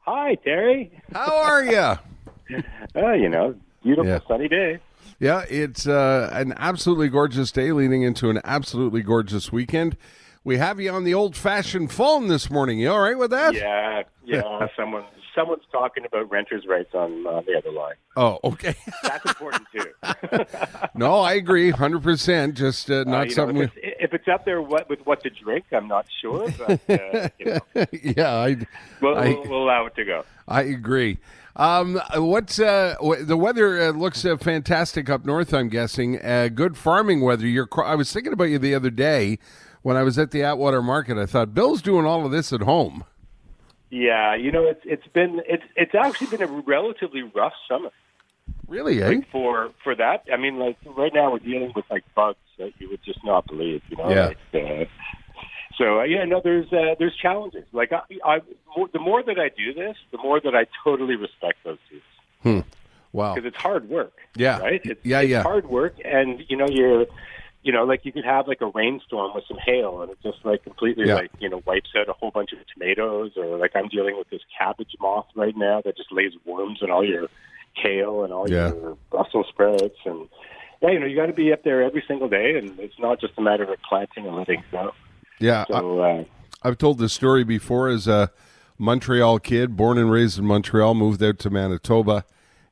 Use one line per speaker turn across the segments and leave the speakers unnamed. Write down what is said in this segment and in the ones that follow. Hi, Terry.
How are you?
Uh, you know, beautiful
Yeah.
sunny day.
Yeah, it's uh, an absolutely gorgeous day leading into an absolutely gorgeous weekend. We have you on the old fashioned phone this morning. You all right with that?
Yeah, yeah. someone, someone's talking about renters' rights on uh, the other line.
Oh, okay.
That's important too. Uh,
no, I agree 100%. Just uh,
Uh,
not
you know,
something.
if, it's, if it's up there what, with what to drink, I'm not sure, but uh, you know,
we- yeah, I,
we'll,
I-
we'll, we'll allow it to go.
I agree. Um, what's uh, w- the weather uh, looks uh, fantastic up north? I'm guessing uh, good farming weather. Your cro- I was thinking about you the other day when I was at the Atwater Market. I thought Bill's doing all of this at home.
Yeah, you know, it's it's been it's it's actually been a relatively rough summer
Really, eh?
for for that. I mean, like right now we're dealing with like bugs that you would just not believe. You know,
Yeah.
Like, uh, so uh, yeah, no, there's uh, there's challenges. Like I, I more, the more that I do this, the more that I totally respect those seasons
Wow.
because it's hard work.
Oh. Yeah.
right. It's,
Yeah,
it's
yeah.
Hard work, and you know you're. You know, like you could have like a rainstorm with some hail, and it just like completely
Yeah.
like you know wipes out a whole bunch of tomatoes, or like I'm dealing with this cabbage moth right now that just lays worms in all your kale and all
Yeah.
your Brussels sprouts, and yeah, you know you got to be up there every single day, and it's not just a matter of planting and letting go.
Yeah, I-
So uh,
I've told this story before as a Montreal kid, born and raised in Montreal, moved out to Manitoba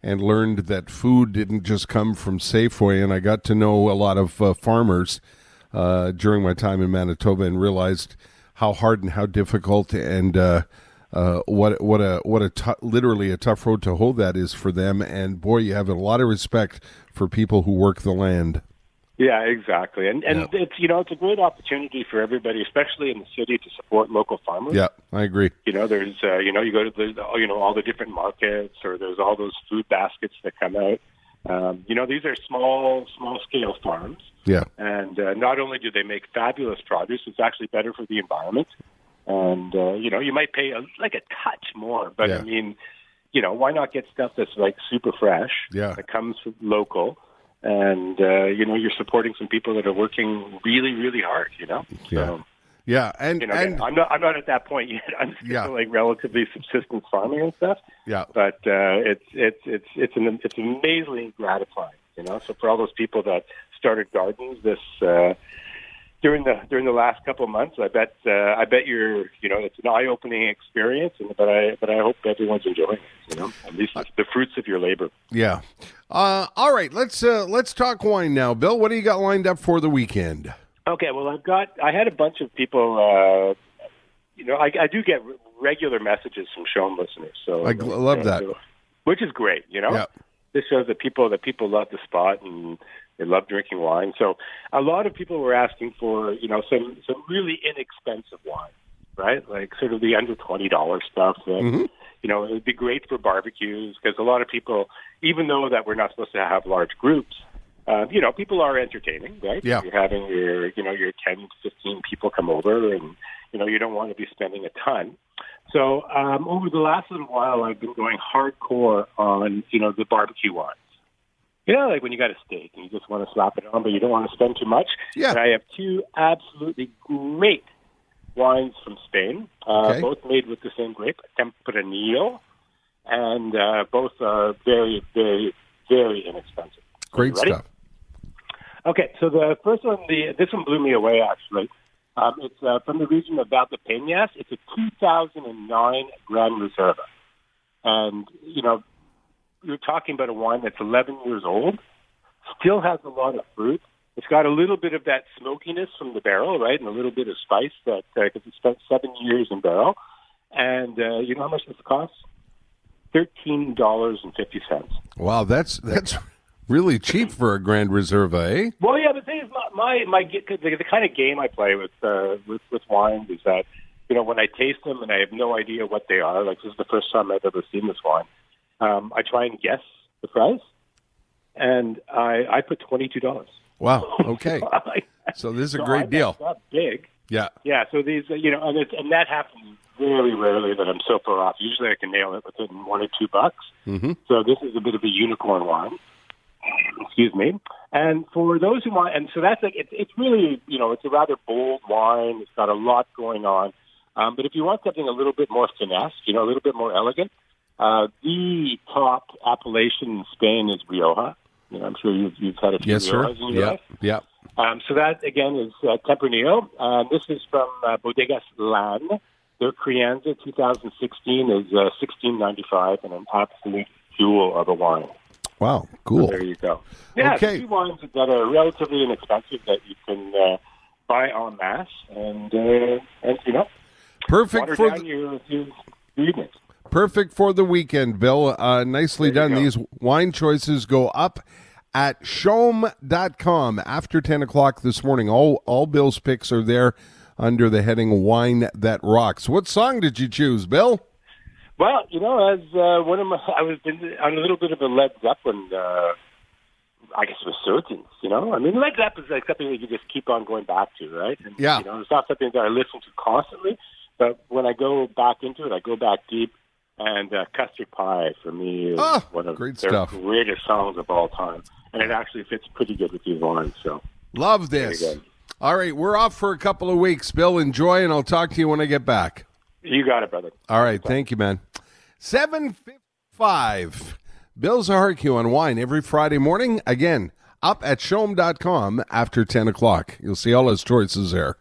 and learned that food didn't just come from Safeway. And I got to know a lot of uh, farmers uh, during my time in Manitoba and realized how hard and how difficult and uh, uh, what what a what a tou- literally a tough road to hoe that is for them. And boy, you have a lot of respect for people who work the land.
Yeah, exactly, and and it's you know it's a great opportunity for everybody, especially in the city, to support local farmers.
Yeah, I agree.
You know, there's uh, you know you go to the oh, you know all the different markets, or there's all those food baskets that come out. Um, you know, these are small small scale farms,
Yeah,
and uh, not only do they make fabulous produce, it's actually better for the environment. And uh, you know, you might pay a, like a touch more, but
Yeah.
I mean, you know, why not get stuff that's like super fresh?
Yeah.
that comes from local, and uh, you know, you're supporting some people that are working really, really hard. You know,
Yeah.
So,
yeah, and
um, you know,
and
again, I'm not, I'm not at that point yet. I'm still
Yeah.
like relatively subsistence farming and stuff.
Yeah.
But uh, it's it's it's it's an it's amazingly gratifying, you know. So for all those people that started gardens this uh, during the during the last couple of months, I bet uh, I bet you're you know it's an eye opening experience, and but I but I hope everyone's enjoying it, you know, at least it's the fruits of your labor.
Yeah. Uh, all right, let's uh, let's talk wine now, Bill. What do you got lined up for the weekend?
Okay, well, I've got. I had a bunch of people. Uh, you know, I, I do get re- regular messages from Sean listeners. So
I gl- love that.
which is great. You know,
Yeah.
this shows that people that people love the spot and they love drinking wine. So a lot of people were asking for you know some some really inexpensive wine, right? Like sort of the under twenty dollar stuff. That,
mm-hmm.
You know, it would be great for barbecues because a lot of people, even though that we're not supposed to have large groups, uh, you know, people are entertaining, right?
Yeah.
You're having your, you know, your 10, 15 people come over and, you know, you don't want to be spending a ton. So um, over the last little while, I've been going hardcore on, you know, the barbecue wines. You know, like when you got a steak and you just want to slap it on, but you don't want to spend too much.
Yeah.
And I have two absolutely great wines from Spain, uh,
Okay.
both made with the same grape, Tempranillo, and uh, both are very, very, very inexpensive.
Great
Ready?
stuff.
Okay, so the first one, the this one blew me away actually. Um, it's uh, from the region of Valdepeñas. It's a 2009 Gran Reserva, and you know, you're talking about a wine that's 11 years old, still has a lot of fruit. It's got a little bit of that smokiness from the barrel, right, and a little bit of spice that because it spent seven years in barrel. And uh, you know how much this costs? Thirteen dollars and fifty cents.
Wow, that's that's really cheap for a Grand Reserva, eh?
Well, yeah, the thing is, my my, my the, the kind of game I play with uh, with with wines is that you know when I taste them and I have no idea what they are. Like this is the first time I've ever seen this wine. Um, I try and guess the price, and I I put twenty two dollars.
Wow. Okay. So this is a great deal.
Not big.
Yeah.
Yeah. So these, uh, you know, and it's, and that happens very rarely that I'm so far off. Usually I can nail it within one or two bucks. Mm-hmm. So this is a bit of a unicorn wine. Excuse me. And for those who want, and so that's like, it's it's really, you know, it's a rather bold wine. It's got a lot going on. Um, but if you want something a little bit more finesse, you know, a little bit more elegant, uh, the top appellation in Spain is Rioja. You know, I'm sure you've, you've had a few
Yes, sir.
Riojas in your
Yeah,
life.
yeah.
Um, so that again is uh, Tempranillo. Um, this is from uh, Bodegas Lan. Their Crianza 2016 is uh, 1695 and an absolute jewel of a wine.
Wow, cool.
There you go. Yeah,
Okay.
okay. two wines that are relatively inexpensive that you can uh, buy en masse and uh, and you know water
Perfect for
down
the,
your, your evening.
perfect for the weekend, Bill. Uh, nicely
There
done.
you go.
These wine choices go up at shom.com after 10 o'clock this morning. All, all Bill's picks are there under the heading Wine That Rocks. What song did you choose, Bill?
Well, you know, as uh, one of my, I was in, on a little bit of a Led Zeppelin, uh, I guess resurgence. You know, I mean, Led Zeppelin is like something that you just keep on going back to, right? And,
Yeah.
You know, it's not something that I listen to constantly, but when I go back into it, I go back deep. And uh, Custard Pie for me is
Ah,
one of
great
their
stuff.
greatest songs of all time, and it actually fits pretty good with these lines. So
Love
There
this.
you go.
All right, we're off for a couple of weeks, Bill. Enjoy, and I'll talk to you when I get back.
you got it, brother.
All right, thank you, man. Seven fifty-five. Bill Zaharki on wine every Friday morning. Again, up at shom.com after ten o'clock. You'll see all his choices there.